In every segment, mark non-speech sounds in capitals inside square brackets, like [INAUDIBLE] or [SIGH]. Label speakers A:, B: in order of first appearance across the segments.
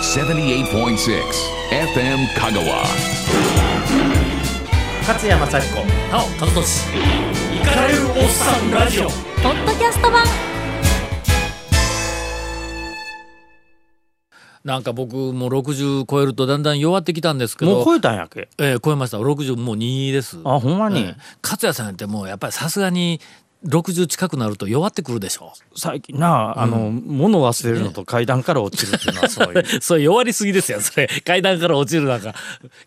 A: 78.6 FM Kagawa.
B: 勝山幸子
C: なお和俊イカれるおっさんラジオ
D: ポッドキャスト版
C: なんか僕も60超えるとだんだん弱ってきたんですけど
B: もう超えたんやっけ
C: えー超えました60もう2です
B: あほんまに、
C: えー勝也さんってもうやっぱりさすがに60近くなると弱ってくるでしょ [LAUGHS]
B: 最近なあの、物忘れるのと階段から落ちるっていうのは [LAUGHS] そういう
C: それ弱りすぎですよそれ階段から落ちるなんか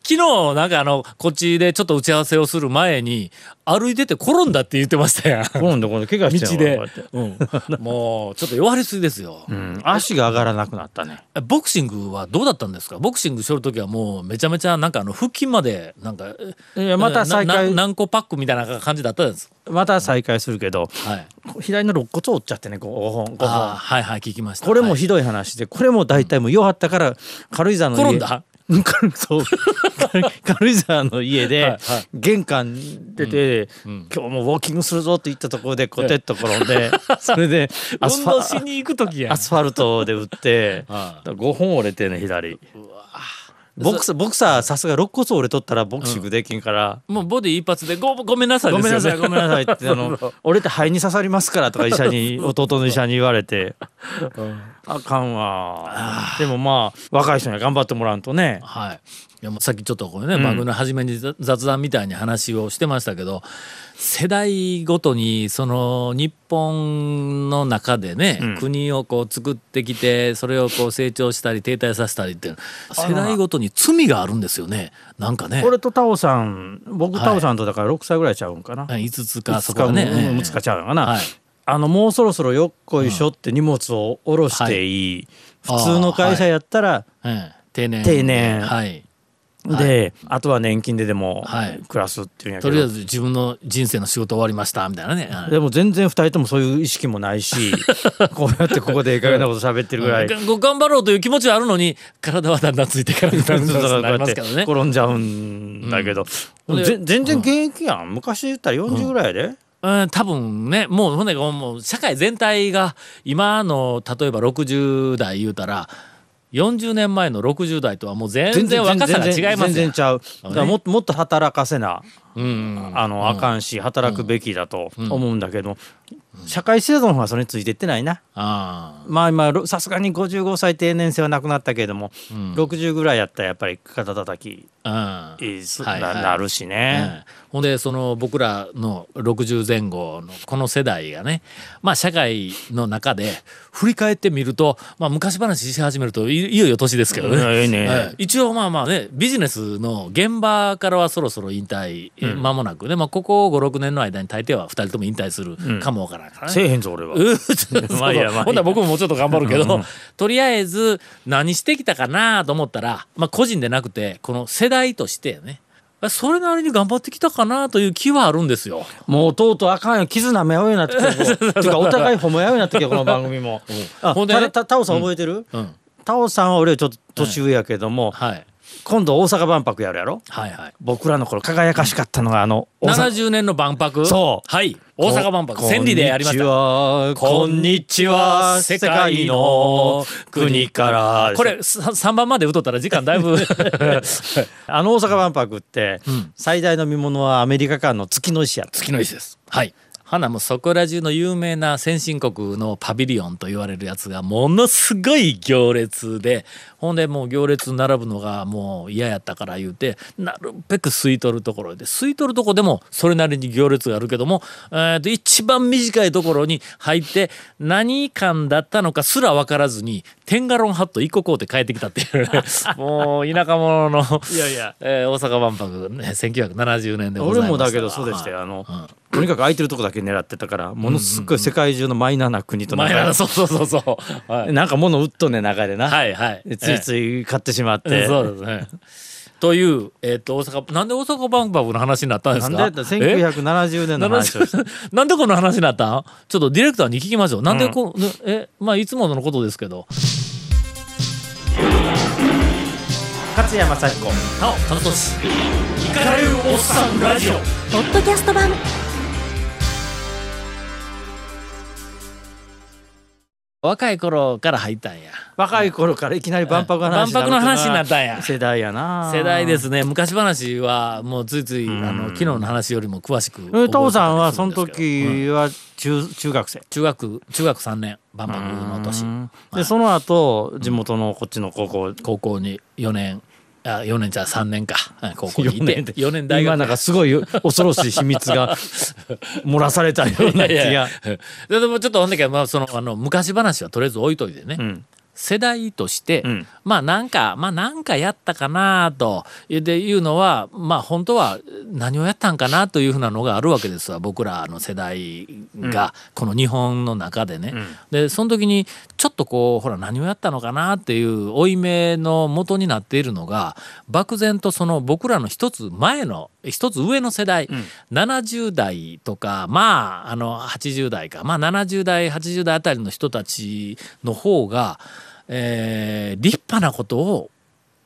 C: 昨日なんかあのこっちでちょっと打ち合わせをする前に歩いてて転んだって言ってましたやん道
B: 今度この怪我してんの
C: で
B: こうやって、
C: うん、 [LAUGHS] もうちょっと弱りすぎですよ、
B: うん、足が上がらなくなったね
C: ボクシングはどうだったんですかボクシングしょるときはもうめちゃめちゃなんかあの腹筋までなんか
B: いやまた再開
C: なな何個パックみたいな感じだったんです
B: また再開するけど
C: はい
B: 左の肋骨折っちゃってね5本5本
C: あーはいはい聞きました
B: これも
C: はい
B: ひどい話でこれも大体もう弱ったから軽井沢の家
C: 転んだ
B: [LAUGHS] そう軽井沢の家
C: はい
B: で
C: はい
B: 玄関出て「今日もウォーキングするぞ」って言ったところでコテッと転ん
C: [LAUGHS]
B: でそれでアス
C: 運
B: フ
C: 動し
B: ァ
C: に行くときや
B: アスファルトで打って
C: あ
B: 5本折れてね左ボクサーボクサーさすが肋骨折れとったらボクシングできんから。
C: もうボディ一発でごごめんなさい
B: ご
C: です
B: めんな
C: よ
B: さ
C: ね
B: いごめんなさいっ
C: [LAUGHS]
B: てあの俺って肺に刺さりますからとか医者に弟の医者に言われてあかんわでもまあ若い人には頑張ってもらうとね
C: はい、いやもうさっきちょっとこれね、番組の初めにざ雑談みたいに話をしてましたけど世代ごとにその日本の中でね、
B: ん
C: 国をこう作ってきてそれをこう成長したり停滞させたりっていう
B: ら
C: 世代ごとに罪があるんですよねなんかね
B: 俺とタオさん僕
C: はい
B: タオさんとだから6歳ぐらいちゃうんかな、
C: はい5つ
B: い
C: か
B: つ
C: そ
B: か
C: こは
B: も
C: ね。ええ
B: むつかちゃうんかな、
C: はい
B: あのもうそろそろよっこいしょって荷物を下ろしていい、
C: はい
B: 普通の会社やったら
C: ええ定年
B: 定年
C: はい、
B: で、あとは年金ででも
C: はい
B: 暮らすっていうんやけ
C: と
B: ど、
C: りあえず自分の人生の仕事終わりましたみたいなね、は
B: [LAUGHS]
C: い
B: でも全然2人ともそういう意識もない
C: [LAUGHS]
B: しこうやってここでいい加減なこと喋ってるぐらい。 [LAUGHS]
C: がご頑張ろうという気持ちはあるのに体はだんだんついていかなくなる
B: [LAUGHS] だからこう
C: な
B: や
C: り
B: っ
C: ます
B: て
C: けどね。
B: 転んじゃうんだけど、
C: うん
B: でもぜ
C: で
B: 全然現役やん昔言ったら40ぐらいやで、
C: うん、多分ねもうほんでもう社会全体が今の例えば60代言うたら40年前の60代とはもう全然若さが違いま
B: 全
C: す
B: 然
C: よ。
B: ちゃうだからもっともっと働かせな
C: うん
B: あのあかんし働くべきだと思うんだけど、社会制度の方がそれについていってないな
C: あ
B: まあ今ろさすがに55歳定年制はなくなったけれども、60ぐらいやったらやっぱり肩たたき
C: あ、うん
B: えーす
C: はいはい
B: ななるしね、
C: ええほんでその僕らの60前後のこの世代がねまあ社会の中で振り返ってみると、まあ、昔話し始めるといいよいよ年ですけどね,、
B: うんええね
C: ええ一応まあまあねビジネスの現場からはそろそろ引退え間もなくね、まあ、ここ56年の間に大抵は2人とも引退するかもわからんか
B: [LAUGHS]
C: らね。
B: せえへんぞ俺は。
C: うー [LAUGHS]
B: まあいいやまあいいや
C: ほんなら僕ももうちょっと頑張るけど、とりあえず何してきたかなと思ったら、まあ個人でなくて、この世代としてね、それなりに頑張ってきたかなという気はあるんですよ。
B: もうとうとうあかんよ絆舐め合うようになってき [LAUGHS] ててかお互い褒め合うようになってきてこの番組も [LAUGHS] あ
C: ほんで
B: ただたタオさん覚えてる、
C: うん。
B: タオさんは俺よりちょっと年上やけども、
C: はい。
B: 今度大阪万博やるやろ
C: はいはい。
B: 僕らの頃輝かしかったのがあの大阪
C: 70年の万博
B: そう
C: はい。大阪万博。千里でやりました。
B: たこんにちは世界の国から
C: これさ3番まで打っとったら時間だい
B: [LAUGHS]
C: ぶ
B: あの大阪万博って、最大の見物はアメリカ間の月の石や
C: 月の石です。はい。花もそこら中の有名な先進国のパビリオンと言われるやつがものすごい行列でほんでもう行列並ぶのがもう嫌やったから言うてなるべく吸い取るところで吸い取るとこでもそれなりに行列があるけども、えー、と一番短いところに入って何館だったのかすら分からずにテンガロンハット一個買うて帰ってきたっていう
B: [LAUGHS]
C: もう田舎者の
B: いやいや
C: えー大阪万博、ね、1970年でご
B: 俺
C: ざいましたわ
B: もだけどそうでしたよ、あの、とにかく空いてるとこだけ狙ってたからものすごい世界中のマイナーな国と
C: 前
B: 仲良
C: 原
B: く
C: そうそうそうそう。はい
B: なんか物売っとんねん中でな、
C: はいはい。
B: でついつい買ってしまって、
C: ええそうですね。という、えっ、と、大阪、なんで大阪万博の話になったんです
B: な
C: か
B: んでやったら
C: え
B: 1970年の話をして
C: [LAUGHS] なんでこの話になったんちょっとディレクターに聞きましょう。なんでこう、ねえ、まあ、いつものことですけど。
B: 勝山幸子
C: なお、和俊。
B: イカれるおっさんラジオ
D: ポッドキャスト版
C: 若い頃から入ったんや
B: 若い頃からいきなり万博の話
C: 万博の話になったんや
B: 世代やな
C: 世代ですね昔話はもうついついあ
B: ん
C: の昨日の話よりも詳しく覚えてたりするんですけど
B: 父さんはその時は中中学生
C: 中学中学3年万博の年は
B: で
C: い
B: その後地元のこっちの高校
C: 高校に4年あ4年じゃ3年かうん高校にい
B: 4
C: て
B: 年で
C: 4年大
B: 今
C: 学
B: なんかすごい恐ろしい秘密
C: [LAUGHS]
B: が漏らされたような気
C: い
B: が。
C: や [LAUGHS] ででもちょっとほんだけど、まあ、そのあの昔話はとりあえず置いといてね、
B: うん
C: 世代として、
B: うん
C: まあなんかまあなんかやったかなとでいうのはまあ本当は何をやったんかなというふうなのがあるわけですわ僕らの世代がこの日本の中でね。でその時にちょっとこうほら何をやったのかなっていう負い目の元になっているのが漠然とその僕らの一つ前の一つ上の世代、70代とかまああの80代かまあ70代80代あたりの人たちの方が、えー立派なことを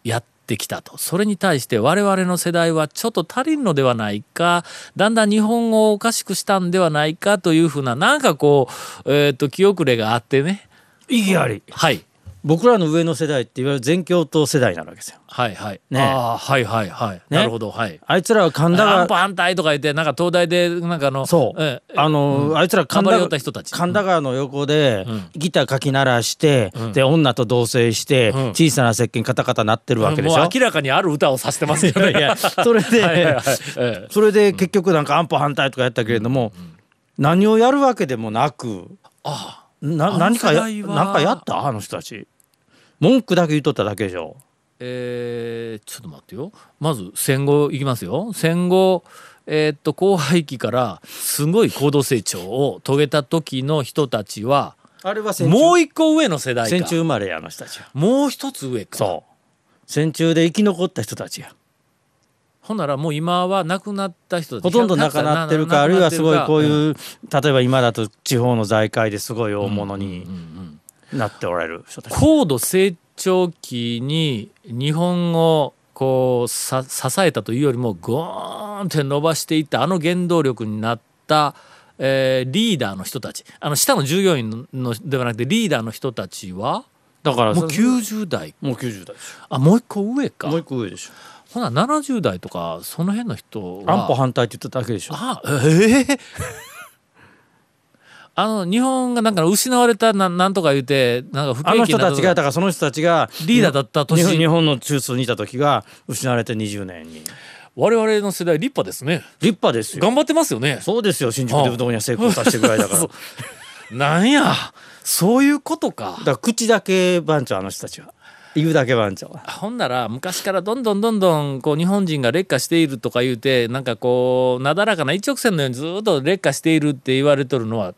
C: やってきたとそれに対して我々の世代はちょっと足りんのではないかだんだん日本語をおかしくしたんではないかというふうななんかこう、えー、と気遅れがあってね、
B: 意義あり
C: はい、
B: 僕らの上の世代っていわゆる全教頭世代になるわけですよ。
C: はいはい
B: ねえ
C: ああはいはいはい、なるほどはい。
B: あいつらは神田
C: 安
B: 川
C: 保反対とか言ってなんか東大でなんかあの
B: そう、
C: ええ
B: あの、あいつら神田
C: 頑張りよっ
B: 川
C: た人たち
B: 神田川の横で、ギターかき鳴らして、
C: ん
B: で女と同棲して、
C: ん
B: 小さな石鹸カタカタ鳴ってるわけでしょ。
C: もう明らかにある歌をさせてますよね。
B: いや [LAUGHS] それで
C: はいはいはい [LAUGHS] ええ
B: それで結局なんか安保反対とかやったけれども、何をやるわけでもなく
C: あああ
B: な
C: の
B: 何かや
C: 世代は
B: 何かやったあの人たち文句だけ言っとっただけでしょ
C: えーちょっと待ってよまず戦後いきますよ戦後、えーっと後廃期からすごい高度成長を遂げた時の人たちは
B: あれは戦中
C: もう一個上の世代
B: 戦
C: か
B: 中生まれやあの人たちは
C: もう一つ上か
B: そう戦中で生き残った人たちや
C: ほんならもう今は亡くなった人たち
B: ほとんど亡くなってるかあるいはすごいこういう、例えば今だと地方の財界ですごい大物になっておられる人たち、
C: 高度成長期に日本をこうさ支えたというよりもゴーンって伸ばしていったあの原動力になった、えーリーダーの人たちあの下の従業員ののではなくてリーダーの人たちは
B: だから
C: もう
B: そ
C: 90代
B: もう90代でし
C: あもう一個上か
B: ょもう一個上でしょ
C: ほな70代とかその辺の人は
B: 安保反対って言っただけでしょ
C: あええ [LAUGHS] あの日本がなんか失われたななんとか言うてなんか不景気
B: あ
C: にな
B: の人たちがだ
C: と
B: からその人たちが
C: かリーダーだった
B: 日本日
C: 年
B: 本の中枢にいた時が失われて20年に立
C: 我々の世代立派ですね
B: 派ですよ
C: 頑張ってますよね
B: そうですよ新宿でうどん屋成功させてぐらい [LAUGHS] だからだか
C: なんやそういうことから
B: 口だけ番長あの人たちは言うだけ番長は
C: ほんなら昔からどんどんどんどんこう日本人が劣化しているとか言うてなんかこうなだらかな一直線のようにずっと劣化しているって言われとるのは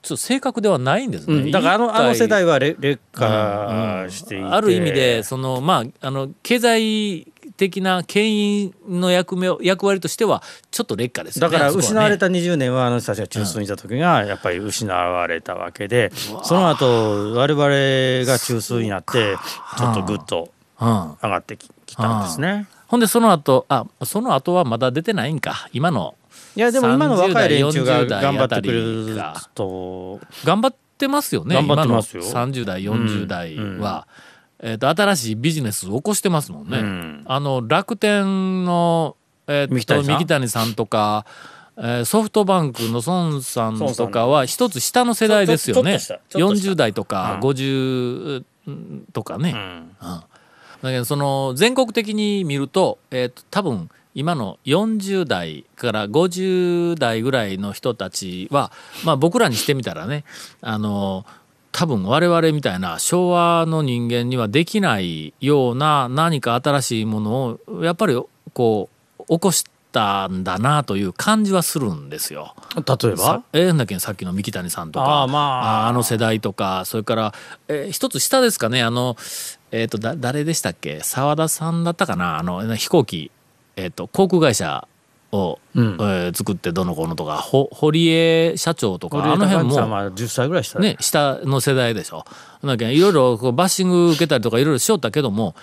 C: ちょっと正確ではないんですね、
B: うんだからあの
C: 一体
B: あの世代はれ劣化していて、
C: ある意味でそのまああの経済的な牽引の役目を役割としてはちょっと劣化ですよ
B: だ
C: ね。
B: から失われ
C: た
B: た20年はあの人たちが中枢にいた時がやっぱり失われたわけでその後我々が中枢になってちょっとぐっと上がってききたんですね。
C: ほんでその後あその後はまだ出てないんか今の
B: いやでも今の若い連中が
C: 30代
B: 頑張ってく
C: 40
B: れる
C: 代あたりか
B: と
C: 頑張ってますよね
B: 頑張ってますよ
C: 今の30代40代
B: うんうん
C: は、えー、と新しいビジネスを起こしてますもんね。
B: うん
C: あの楽天の、えー
B: 三木谷
C: と
B: さん
C: 三木谷さんとか、えーソフトバンクの孫さん
B: 孫さ
C: と
B: ん
C: かは一つ下の世代ですよね
B: ちょっとちょっとしたちょっとした
C: 40代とか
B: うん
C: 50とかね、
B: うん
C: だけどその全国的に見ると,、えーと多分今の40代から50代ぐらいの人たちは、まあ、僕らにしてみたらねあの多分我々みたいな昭和の人間にはできないような何か新しいものをやっぱりこう起こしたんだなという感じはするんですよ。
B: 例えば
C: さえーなんだっけさっきの三木谷さんとか
B: あーまあ
C: ーあの世代とかそれから、えー一つ下ですかねあのえっ、とだ誰でしたっけ澤田さんだったかなあの飛行機、えー、と航空会社を、
B: うん
C: えー作ってどの子のとかほ堀江社長とかあ
B: あ
C: の
B: の
C: 辺
B: 辺も
C: も。
B: 10歳ぐらいした
C: ね、下の世代でしょ。なんかいろいろこうバッシング受けたりとかいろいろしよったけども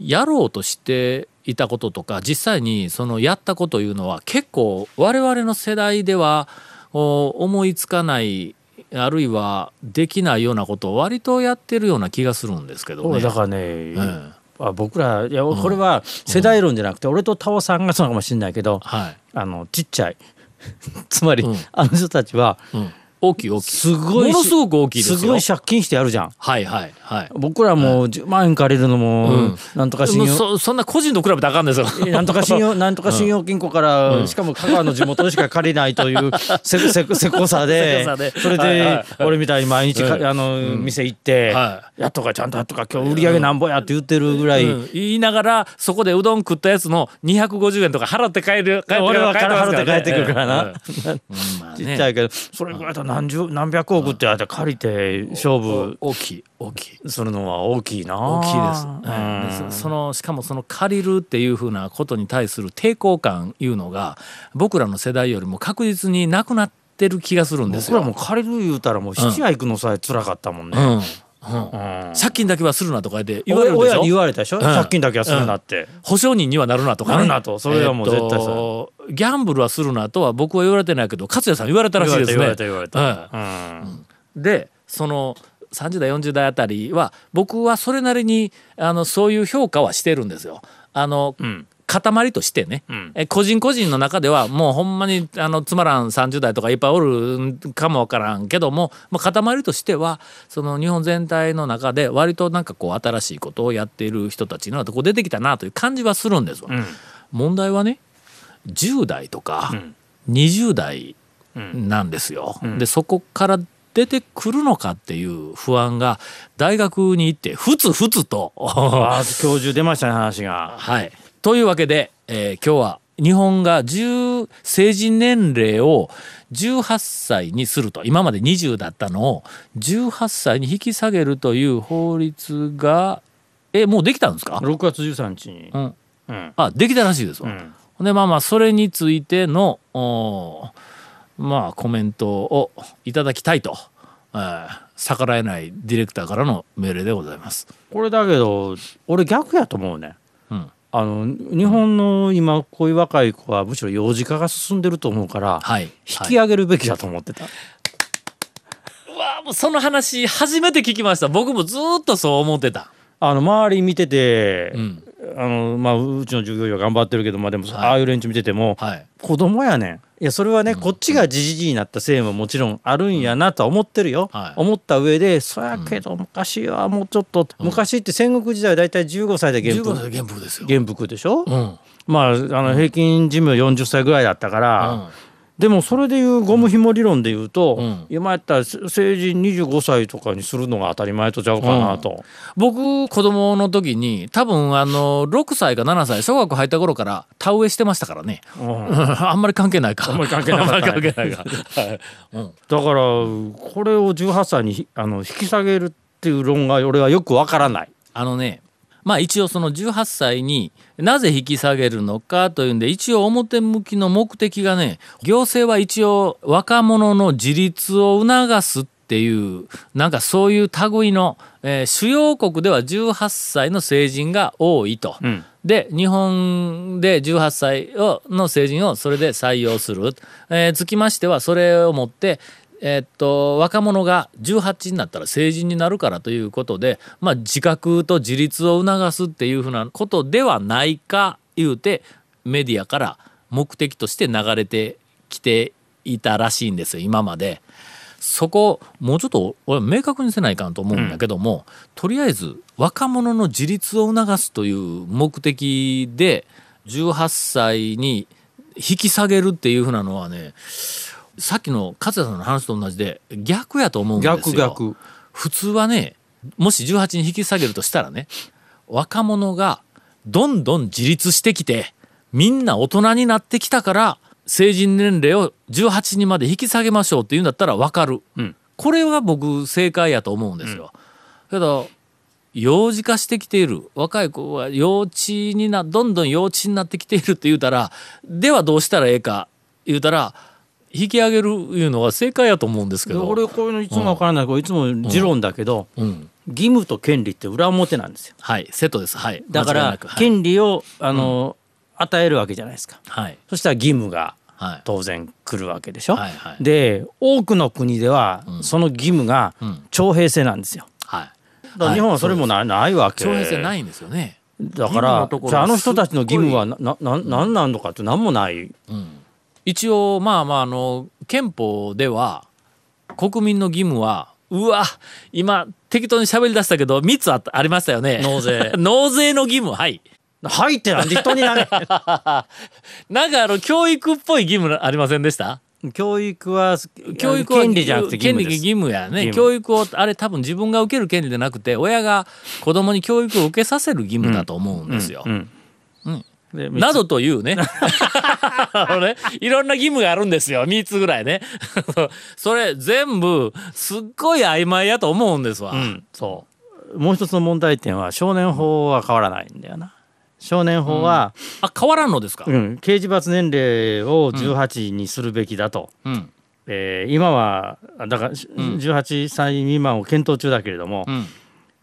C: やろうとしていたこととか実際にそのやったこというのは結構我々の世代ではお思いつかないあるいはできないようなことを割とやってるような気がするんですけど
B: そう
C: ね。
B: だからね、
C: え
B: あ僕らいやこれは世代論じゃなくて、俺とタオさんがそうなのかもしれないけど
C: は
B: あのちっちゃい [LAUGHS] つまり、
C: うん、
B: あの人たちはい
C: うん、大きい大きい
B: すごい
C: ものすごく大きいですよ
B: すごい借金してやるじゃん
C: はいはいはい。
B: 僕らもう10万円借りるのも、
C: うん
B: なんとか信
C: もう
B: 用
C: そそんな個人と比べてあかんですよ。
B: なんとか信
C: [LAUGHS]
B: 用、なんとか信用金庫から、しかも香川の地元でしか借りないというせせせこさで
C: [LAUGHS] せこさで
B: それ
C: はいはいは
B: で
C: い
B: 俺みたいに毎日か、
C: うん
B: あの、店行って、
C: は
B: やっとかちゃんとやっとか今日売り上げなんぼやって言ってるぐらい、
C: うん言いながらそこでうどん食ったやつの250円とか払って帰る帰って
B: 俺は
C: 帰ってますらね
B: 払って帰ってくるからな
C: うんうんまあ
B: ち
C: ね
B: っちゃいけど、それぐらいだと何十何百億ってあって借りて勝負
C: 大きい大きい
B: するのは大きいな
C: 大きいです、
B: うん
C: はいでそそのしかもその借りるっていうふうなことに対する抵抗感いうのが僕らの世代よりも確実になくなってる気がするんです
B: 僕
C: よ。
B: らも借りる言うたらもう質屋行くのさえ辛かったもんね、
C: うんう
B: う
C: ん
B: ん
C: 借金だけはするなとかで言われ
B: 親
C: るでし
B: に
C: ょ
B: 言われたでしょ、
C: ん
B: 借金だけはするなって、
C: 保証人にはなるなとか、ね、
B: なるなとそれはもう絶対そう
C: とギャンブルはするなとは僕は言われてないけど勝也さん言われたらしいですね
B: 言われた言われた言われた、うん
C: でその30代40代あたりは僕はそれなりにあのそういう評価はしてるんですよ。あの、
B: ん
C: 塊としてね、
B: ん
C: え個人個人の中ではもうほんまにあのつまらん30代とかいっぱいおるかもわからんけども、まあ、塊としてはその日本全体の中で割となんかこう新しいことをやっている人たちのとこう出てきたなという感じはするんですよ。問題はね10代とか20代なんですよ。でそこから出てくるのかっていう不安が大学に行ってふつふつと。
B: ああ教授出ましたね話が
C: はい、というわけで、えー今日は日本が10成人年齢を18歳にすると今まで20だったのを18歳に引き下げるという法律がえもうできたんですか、
B: 6月13日に
C: う、ん、
B: うん
C: あできたらしいですわ。
B: うん
C: でまあまあそれについてのおーまあコメントをいただきたいと、えー逆らえないディレクターからの命令でございます。
B: これだけど俺逆やと思うね
C: うん、
B: あの日本の今こういう若い子はむしろ幼児化が進んでると思うから、
C: はい
B: 引き上げるべきだと思ってた、
C: わあもうその話初めて聞きました僕もずーっとそう思ってた、
B: あの周り見てて、
C: うん、
B: あのまあ、うちの従業員は頑張ってるけど、まあ、でも、
C: い
B: ああいう連中見てても、
C: はい
B: 子供やねんいやそれはね、こっちがじじじになったせいももちろんあるんやなとは思ってるよ、
C: はい
B: 思った上でそやけど昔はもうちょっと、昔って戦国時代は大体15歳で元
C: 15
B: 服
C: 歳で原服ですよ、
B: 元服でしょ、
C: うん
B: まああの平均寿命40歳ぐらいだったから、
C: うん
B: でもそれでいうゴム紐理論でいうと、
C: ん
B: 今やったらせ成人25歳とかにするのが当たり前とちゃうかなと、
C: 僕子供の時に多分あの6歳か7歳小学校入った頃から田植えしてましたからね、
B: うん
C: [LAUGHS] あんまり関係ない [LAUGHS] かあん
B: まり関係なかったね
C: 関係ないか、はいうん、
B: だからこれを18歳にひあの引き下げるっていう論が俺はよくわからない。
C: あのねまあ一応その18歳になぜ引き下げるのかというんで一応表向きの目的がね行政は一応若者の自立を促すっていうなんかそういう類の、えー主要国では18歳の成人が多いと。
B: うん
C: で日本で18歳をの成人をそれで採用する、えーつきましてはそれをもって、えーっと若者が18になったら成人になるからということで、まあ、自覚と自立を促すっていうふうなことではないか言うてメディアから目的として流れてきていたらしいんですよ今まで。そこもうちょっと俺明確にせないかんと思うんだけども、とりあえず若者の自立を促すという目的で18歳に引き下げるっていうふうなのはねさっきの勝也さんの話と同じで逆やと思うんですよ
B: 逆逆
C: 普通はねもし18に引き下げるとしたらね若者がどんどん自立してきてみんな大人になってきたから成人年齢を18にまで引き下げましょうって言うんだったら分かる、
B: うん
C: これは僕正解やと思うんですよ。けど幼児化してきている若い子は幼稚になどんどん幼稚になってきているって言うたらではどうしたらええか言うたら引き上げるいうのが正解やと思うんですけ
B: で
C: ど。
B: 俺こういうのいつもわからない、これいつも持論だけど、
C: うん、
B: 義務と権利って裏表なんですよ
C: はいセットですはい
B: だか
C: 間違いな
B: ら
C: くはい
B: 権利をあの、与えるわけじゃないですか
C: はい
B: そしたら義務が
C: はい
B: 当然来るわけでしょ。
C: はいはい
B: で多くの国ではその義務が
C: うん
B: 徴兵制なんですよ。
C: はい
B: だから日本はそれもな,、い、ないわけ
C: 徴兵制ないんですよね、
B: だから
C: 義務のところ
B: じゃああの人たちの義務はななななんなんのかって何もない
C: うん、一応まあまああの憲法では国民の義務はうわ今適当に喋り出したけど3つあったありましたよね
B: 納税
C: [LAUGHS] 納税の義務はい
B: 入ってなんで人になれ
C: なんかあの教育っぽい義務ありませんでした
B: [LAUGHS] 教育は
C: 教育は
B: 権利じゃなくて義務で
C: 権
B: す
C: 利義務やね
B: 義務
C: 教育をあれ多分自分が受ける権利でなくて親が子供に教育を受けさせる義務だと思うんですよ。
B: うんで
C: などというねあのねいろんな義務があるんですよ3つぐらいね [LAUGHS] それ全部すっごい曖昧やと思うんですわ、
B: うんそうもう一つの問題点は少年法は変わらないんだよな少年法は、
C: あ変わらんのですか、
B: うん刑事罰年齢を18にするべきだと、
C: うん
B: えー今はだから18歳未満を検討中だけれども、
C: うん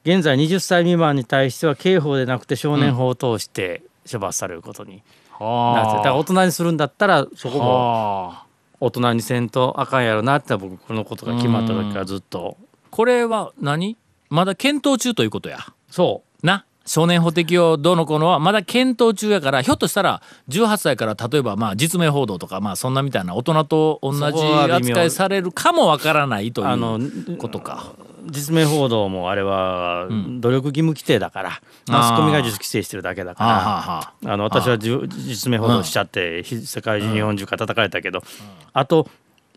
B: 現在20歳未満に対しては刑法でなくて少年法を通して処罰されることになって、だから大人にするんだったらそこも
C: はあ
B: 大人にせんとあかんやろなって僕このことが決まった時からずっと
C: これは何まだ検討中ということや
B: そ
C: な少年法適用どうのこうのはまだ検討中やからひょっとしたら18歳から例えばまあ実名報道とかまあそんなみたいな大人と同じ
B: そこは微妙
C: 扱いされるかもわからないと
B: う
C: い
B: あの
C: うことか。
B: 実名報道もあれは努力義務規定だから、マスコミが自主規制してるだけだ
C: はあは
B: か
C: あはあ
B: らあの私はじゅ実名報道しちゃってひ世界中日本中から叩かれたけど、あと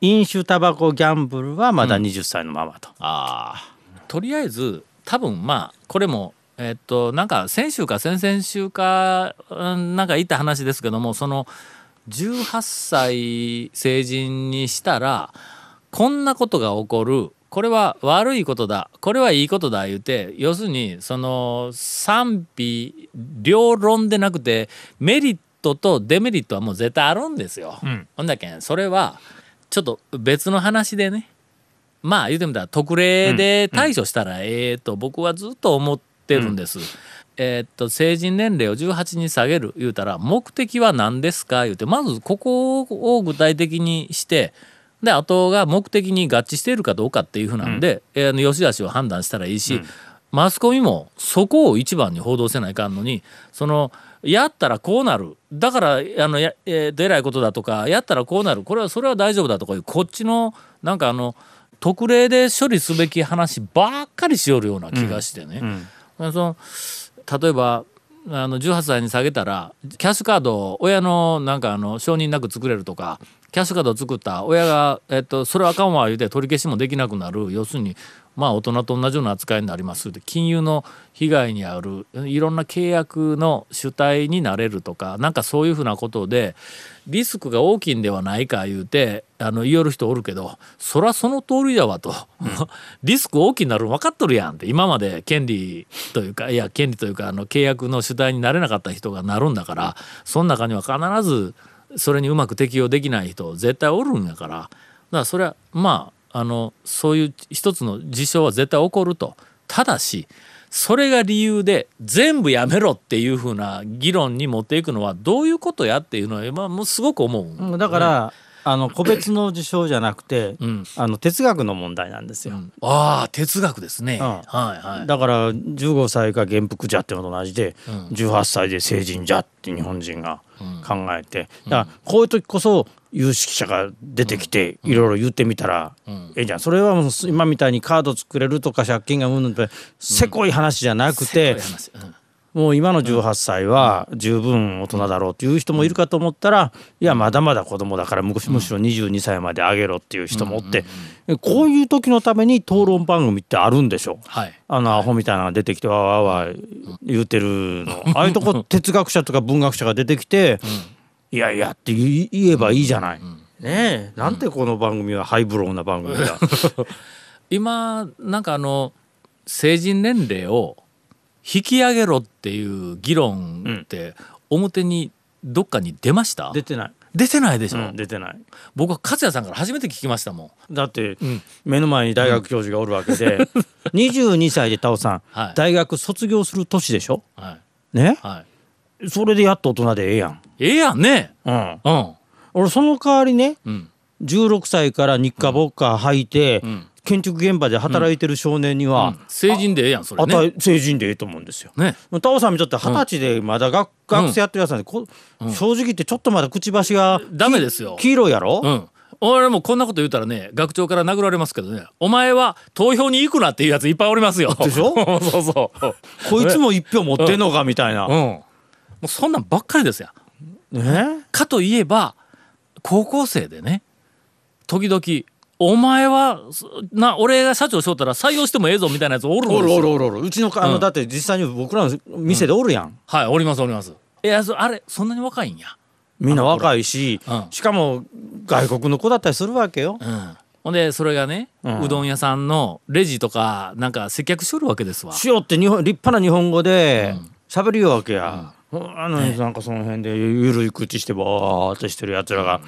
B: 飲酒タバコギャンブルはまだ20歳のままと。
C: あーとりあえず多分まあこれもえっとなんか先週か先々週かうんなんか言った話ですけどもその18歳成人にしたらこんなことが起こるこれは悪いことだこれはいいことだ言うて要するにその賛否両論でなくてメリットとデメリットはもう絶対あるんですよ。ほんだけんそれはちょっと別の話でねまあ言うてみたら特例で対処したらええと僕はずっと思ってるんです。えーっと成人年齢を18に下げる言うたら目的は何ですか言うてまずここを具体的にしてであとが目的に合致しているかどうかっていうふうなんで、えーあの良し悪しを判断したらいいし、マスコミもそこを一番に報道せないかんのにそのやったらこうなるだからあのや、えーとえらいことだとかやったらこうなるこれはそれは大丈夫だとかいうこっちのなんかあの特例で処理すべき話ばっかりしよるような気がしてね。その例えばあの18歳に下げたらキャッシュカードを親のなんかあの承認なく作れるとかキャッシュカードを作った親が、えっと、それはあかんわ言うて取り消しもできなくなる要するにまあ大人と同じような扱いになりますって金融の被害に遭ういろんな契約の主体になれるとかなんかそういうふうなことでリスクが大きいんではないか言うてあの言よる人おるけどそらその通りだわと [LAUGHS] リスク大きいになるの分かっとるやんって今まで権利というかいや権利というかあの契約の主体になれなかった人がなるんだからその中には必ずそれにうまく適用できない人絶対おるんやからだからそれはまああのそういう一つの事象は絶対起こるとただしそれが理由で全部やめろっていうふうな議論に持っていくのはどういうことやっていうのは今もうすごく思う、
B: うんだから、あの個別の事象じゃなくて、
C: ん
B: あの哲学の問題なんです
C: う
B: よ。
C: んああ哲学ですね、
B: うん
C: はいはい
B: だから15歳が元服じゃっていうのと同じで、
C: ん
B: 18歳で成人じゃって日本人が考えて、だからこういう時こそ有識者が出てきていろいろ言ってみたらええじゃんそれはもう今みたいにカード作れるとか借金がうんぬんってせこい話じゃなくて、
C: そういう話うん
B: もう今の18歳は十分大人だろうという人もいるかと思ったらいやまだまだ子供だからむしむしろ22歳まで上げろっていう人もおってこういう時のために討論番組ってあるんでしょ
C: はい
B: あのアホみたいなのが出てきてわーわーわー言うてるのああいうと [LAUGHS] こ哲学者とか文学者が出てきて「いやいや」って言言えばいいじゃない。ねえなんてこの番組はハイブローな番組 [LAUGHS] だ。
C: 今なんかあの成人年齢を引き上げろっていう議論って表にどっかに出ました、
B: 出てない。
C: 出てないでしょ、
B: うん、出てない。
C: 僕は勝也さんから初めて聞きましたもん
B: だって
C: ん
B: 目の前に大学教授がおるわけで、22歳で田尾さん、
C: はい
B: 大学卒業する年でしょ
C: はい
B: ね
C: はい
B: それでやっと大人でええやん、
C: ええやんね
B: うん、
C: うん
B: 俺その代わりね、
C: ん
B: 16歳から日課ぼっか履いて、建築現場で働いてる少年には、
C: 成人でええやんそれ
B: あた
C: ね。
B: 成人でいいと思うんですよ。
C: ね
B: タオさんみたって二十歳でまだ学,、学生やってるやつなんでこ正直言ってちょっとまだくちばしが
C: ダメですよ。
B: 黄色いやろ、
C: うん。俺もこんなこと言ったらね学長から殴られますけどねお前は投票に行くなっていうやついっぱいおりますよ。
B: でしょ
C: そうそう。
B: こいつも一票持ってんのかみたいな。
C: うん。もうそんなんばっかりですよ。
B: ね
C: かといえば高校生でね時々お前はそな俺が社長しよったら採用してもええぞみたいなやつおるんですよ
B: おるおるおるおるうちのかあの、
C: うん
B: だって実際に僕らの店でおるやん、
C: はいおりますおりますいやそあれそんなに若いんや
B: みんな若いし、
C: うん
B: しかも外国の子だったりするわけよ、
C: うんほんでそれがね、う
B: うん
C: どん屋さんのレジとかなんか接客しとるわけですわ
B: しようって日本立派な日本語で喋るよわけや、あのなんかその辺でゆるい口してぼーってしてるやつらが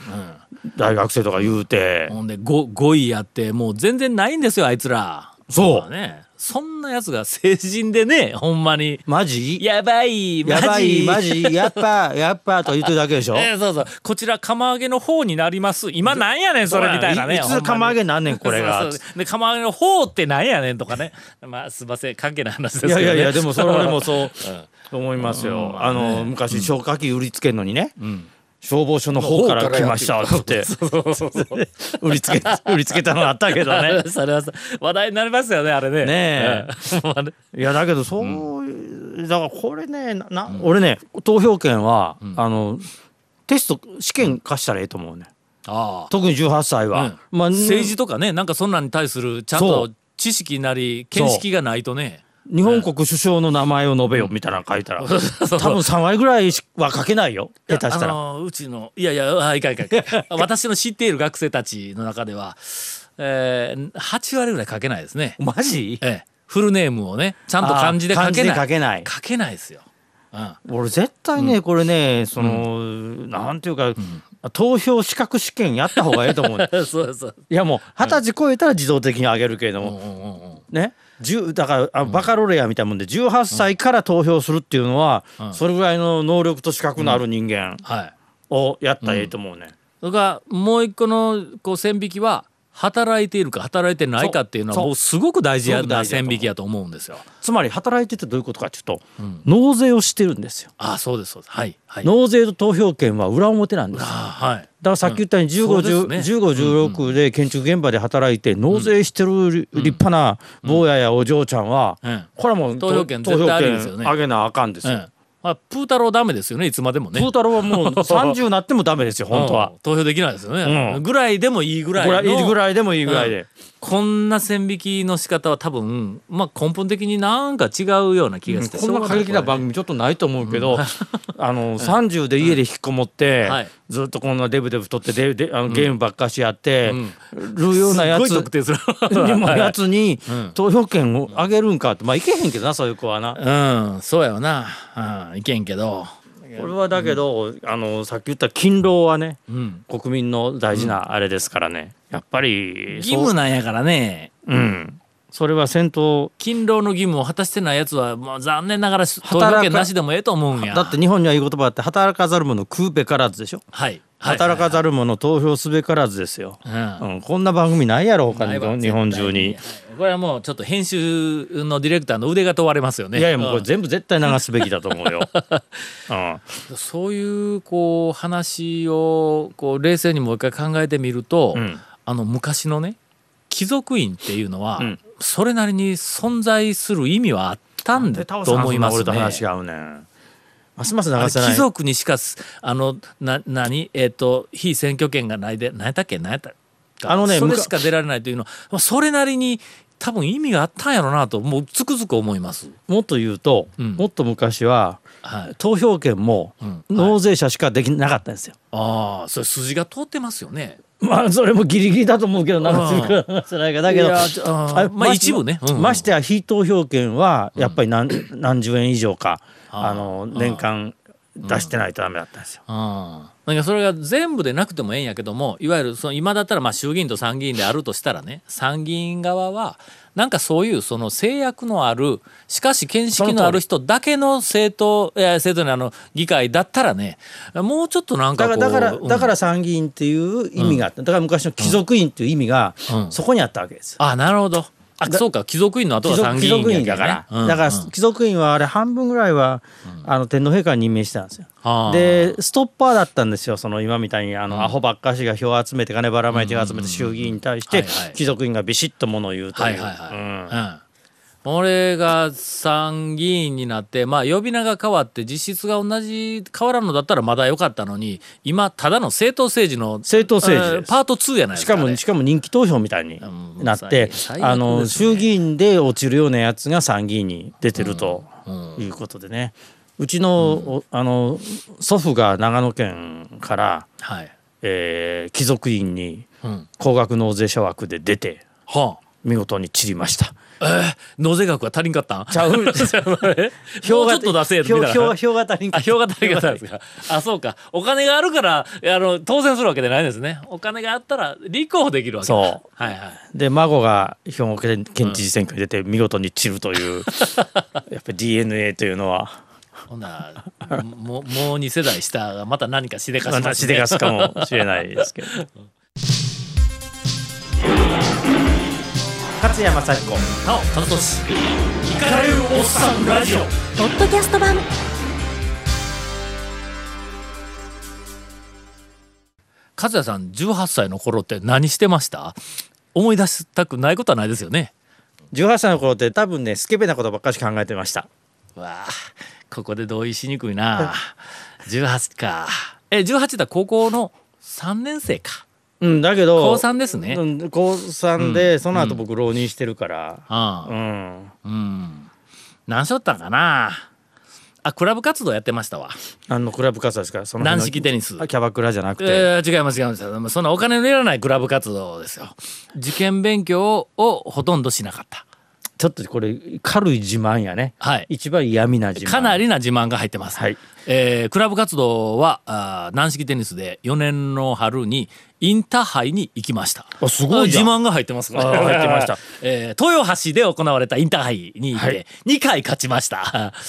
B: 大学生とか言うて、
C: ほんで 5, 5位やってもう全然ないんですよあいつら
B: そう
C: だねそんなやつが成人でねほんまに
B: マジ
C: やばいマ
B: や
C: ジ
B: ばいマジやっぱやっぱと言ってるだけでしょ
C: えー [LAUGHS] そうそうこちら釜揚げの方になります今なんやねんそれみたいなね
B: いいつ釜揚げ
C: ほんまに
B: なん
C: [LAUGHS]
B: ねんこれが
C: そうそうで釜揚げの方ってなんやねんとかね [LAUGHS] まあすいません関係ない話ですけ
B: いや
C: ど、ね、
B: いやいやでもそれ俺
C: [LAUGHS]
B: もそう思いますよ、あの昔消火器売りつけるのにね、消防署の方から来ましたっつって [LAUGHS] 売りつけ売りつけたのあったけ
C: [LAUGHS]
B: どね
C: それはさ話題になりますよねあれね
B: ね
C: え、 [LAUGHS] ほんまね
B: いやだけどそう、だからこれねなな俺ね投票権は、あのテスト試験貸したらええと思うね
C: あ
B: 特に18歳
C: あ、
B: は、
C: うん
B: まあ
C: 政治とかねなんかそんなんに対するちゃん
B: そ
C: と
B: う
C: 知識なり見識がないとね
B: 日本国首相の名前を述べよみたいなの書いたら、多分
C: そう
B: 3割ぐらいしは書けないよ下手した
C: あ
B: ら。
C: のうちのいやいやあいかんいかんい
B: [LAUGHS]
C: かん私の知っている学生たちの中では、えー、8割ぐらい書けないですね
B: マジ
C: ええ、フルネームをねちゃんと漢字で書
B: あ
C: けない
B: ー漢字で書けない
C: 書けない
B: [LAUGHS]
C: ですよ、うん、
B: 俺絶対ね、これねその、なんていうか、投票資格試験やった方がいいと
C: [LAUGHS]
B: 思う、ね、
C: そうそう
B: いやもう二十歳超えたら自動的に上げるけれども、ね10だからあバカロレアみたいなもんで18歳から投票するっていうのは、それぐらいの能力と資格のある人間
C: はい
B: をやったらいいと思うね。
C: それからもう一個のこう線引きは働いているか働いてないかっていうのは
B: そう
C: もうすごく大事
B: すごく
C: な
B: 大事だと
C: 線
B: 思う
C: 引きやと思うんですよ
B: つまり働いててどういうことかっていうと、納税をしてるんですよ。
C: ああそうですそうですはいはい
B: 納税と投票権は裏表なんですよ。
C: ああはい
B: だからさっき言ったように
C: そうです
B: 15、
C: ね
B: 15 16で建築現場で働いて納税してる立派な坊ややお嬢ちゃんは、
C: うん
B: これはもう
C: 投票権絶対あるんですよね
B: 投票権あげなあかんです
C: う
B: よ。
C: んまあ、プータローダメですよねいつまでもね
B: トータルはもう30な
C: [LAUGHS]
B: ってもダメですよ本当は
C: うん。投票できないですよね、
B: うん
C: ぐらいでもいいぐらい
B: これ
C: の
B: はいいぐらいでもいいぐらいで。
C: こんな線引きの仕方は多分、まあ、根本的になんか違うような気がして、
B: こんな過激な番組ちょっとないと思うけど、あの30で家で引きこもって、
C: はい
B: ずっとこんなデブデブとってでであのゲームばっかしやって、るようなや
C: す
B: つ
C: ごい特定する
B: でも
C: [LAUGHS]
B: やつ [LAUGHS] に投票権をあげるんかってまあいけへんけどなそういう子はな。
C: うんそうやわな、うん、いけんけど
B: これはだけど、あのさっき言った勤労はね、
C: ん
B: 国民の大事なあれですからね、やっぱり
C: 義務
B: そ,、
C: なんやからね
B: うん、それは先頭
C: 勤労の義務を果たしてないやつは、まあ、残念ながら投票権なしでもええと思うんや
B: だって日本にはいい言葉あって働かざる者食うべからずでしょ、
C: はい、はい、
B: 働か
C: ざ
B: ざる者投票すべからずですよ、うん、こんな番組ないやろ他に日本中に。
C: これはもうちょっと編集のディレクターの腕が問われますよね
B: いやいやもうこれ
C: ん
B: 全部絶対流すべきだと思うよ。 [LAUGHS] うん、
C: そういうこう話をこう冷静にもう一回考えてみると、
B: うん
C: あの昔のね貴族院っていうのは、
B: うん
C: それなりに存在する意味はあったんだと思いますね。
B: 俺と話が合うねん。ますます流
C: あれ
B: せない。
C: 貴族にしかすあのな何えっ、と非選挙権がないで何やったっけ何やったっけ
B: あのね
C: それ
B: むか
C: しか出られないというのはまあそれなりに多分意味があったんやろうなともうつくづく思います。
B: もっと言うと、
C: うん
B: もっと昔は
C: はい、
B: 投票権も
C: ん
B: 納税者しかできなかったんですよ。
C: ああそれ筋が通ってますよね。
B: まあそれもギリギリだと思うけどなんかするかなんかじゃないかだけど
C: いやちょあーまあ
B: し
C: 一部ねうんうん
B: ましてや非投票権はやっぱり何,、何十円以上かあの年間出してないとダメだったんですよ。
C: うん、なんかそれが全部でなくてもええんやけどもいわゆるその今だったらまあ衆議院と参議院であるとしたらね参議院側はなんかそういうその制約のあるしかし見識のある人だけの政党いや政党にあの議会だったらねもうちょっとなんか
B: だ
C: こ
B: から
C: う
B: だから
C: うん
B: だから参議院っていう意味があっただから昔の貴族院っていう意味が
C: うん
B: そこにあったわけです。
C: あなるほどあそうか貴族院の後
B: 貴族
C: は参
B: 貴
C: 議院
B: 族
C: や
B: 院
C: けど
B: だ
C: ね
B: から、
C: うん
B: だから
C: うん
B: 貴族院はあれ半分ぐらいは、あの天皇陛下に任命したんですよ。
C: あー
B: でストッパーだったんですよその今みたいにあの、アホばっかしが票を集めて金ばらまいて集めて衆議院に対して、
C: はいはい
B: 貴族院がビシッとものを言うと。
C: はいいうはいはい。
B: うん
C: うん俺が参議院になって、まあ、呼び名が変わって実質が同じ変わらんのだったらまだ良かったのに今ただの政党政治の
B: 政党政治です
C: えーパート2やないで
B: し
C: すか
B: かもしかも人気投票みたいに
C: うん
B: なって、
C: 最悪
B: あの
C: ですね
B: 衆議院で落ちるようなやつが参議院に出てるということでね、うちの,、おあの祖父が長野県から、
C: はい
B: えー貴族院に
C: うん
B: 高額納税者枠で出て
C: はあ
B: 見事に散りました。
C: 納税額は足りんかったん
B: ちゃう
C: もう [LAUGHS] ちょっと出せえみたいな
B: 票票票が足りんか
C: [LAUGHS] あ
B: った
C: 票が足りんかったんですかあそうかお金があるからあの当選するわけじゃないんですねお金があったら立候補できるわけだ
B: そう
C: はいはい
B: で孫が兵庫県県知事選挙に出て見事に散るという、
C: [LAUGHS]
B: やっぱ DNA というのは
C: ほんならももう2世代下がまた何かしでかします
B: 私
C: ね
B: でかすかもしれないです
C: [LAUGHS]
B: けど。勝山幸子
C: なおただとしイカれるおっさんラジオ
D: ポッドキャスト版
C: 和也さん18歳の頃って何してました思い出したくないことはないですよね
B: 18歳の頃って多分ねスケベなことばっかり考えてました
C: わあここで同意しにくいな18かえ18だ高校の3年生か
B: うんだけど
C: 高3ですね
B: うん高3で、その後僕浪人してるから
C: あ
B: う
C: あ
B: ん、
C: うん何しよったんかなあクラブ活動やってましたわ
B: 何のクラブ活動ですかその
C: 軟式テニス
B: あキャバクラじゃなくて、
C: えー違います違いますそんなお金のいらないクラブ活動ですよ受験勉強をほとんどしなかった
B: ちょっとこれ軽い自慢やね
C: はい
B: 一番闇な自慢
C: かなりな自慢が入ってます、
B: はい
C: えークラブ活動はあー軟式テニスで4年の春にインターハイに行きました
B: あすごいじゃん
C: 自慢が入ってます
B: あー入ってました、
C: [LAUGHS] えー豊橋で行われたインターハイに行っ
B: は
C: て
B: い
C: 2回勝ちました [LAUGHS]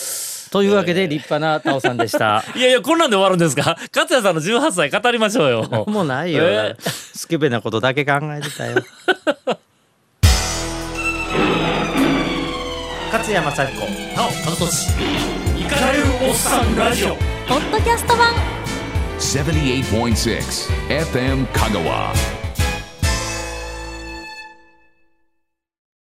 B: というわけで立派なタオさんでした。
C: いやいやこんなんで終わるんですか勝也さんの18歳語りましょうよ
B: [LAUGHS] もうないよ、
C: え
B: スケベなことだけ考えてた
C: [LAUGHS]
B: よ勝山幸子
C: なおたとしイカれるおっさんラジオ
D: ポッドキャスト版
A: 78.6 FM Kagawa.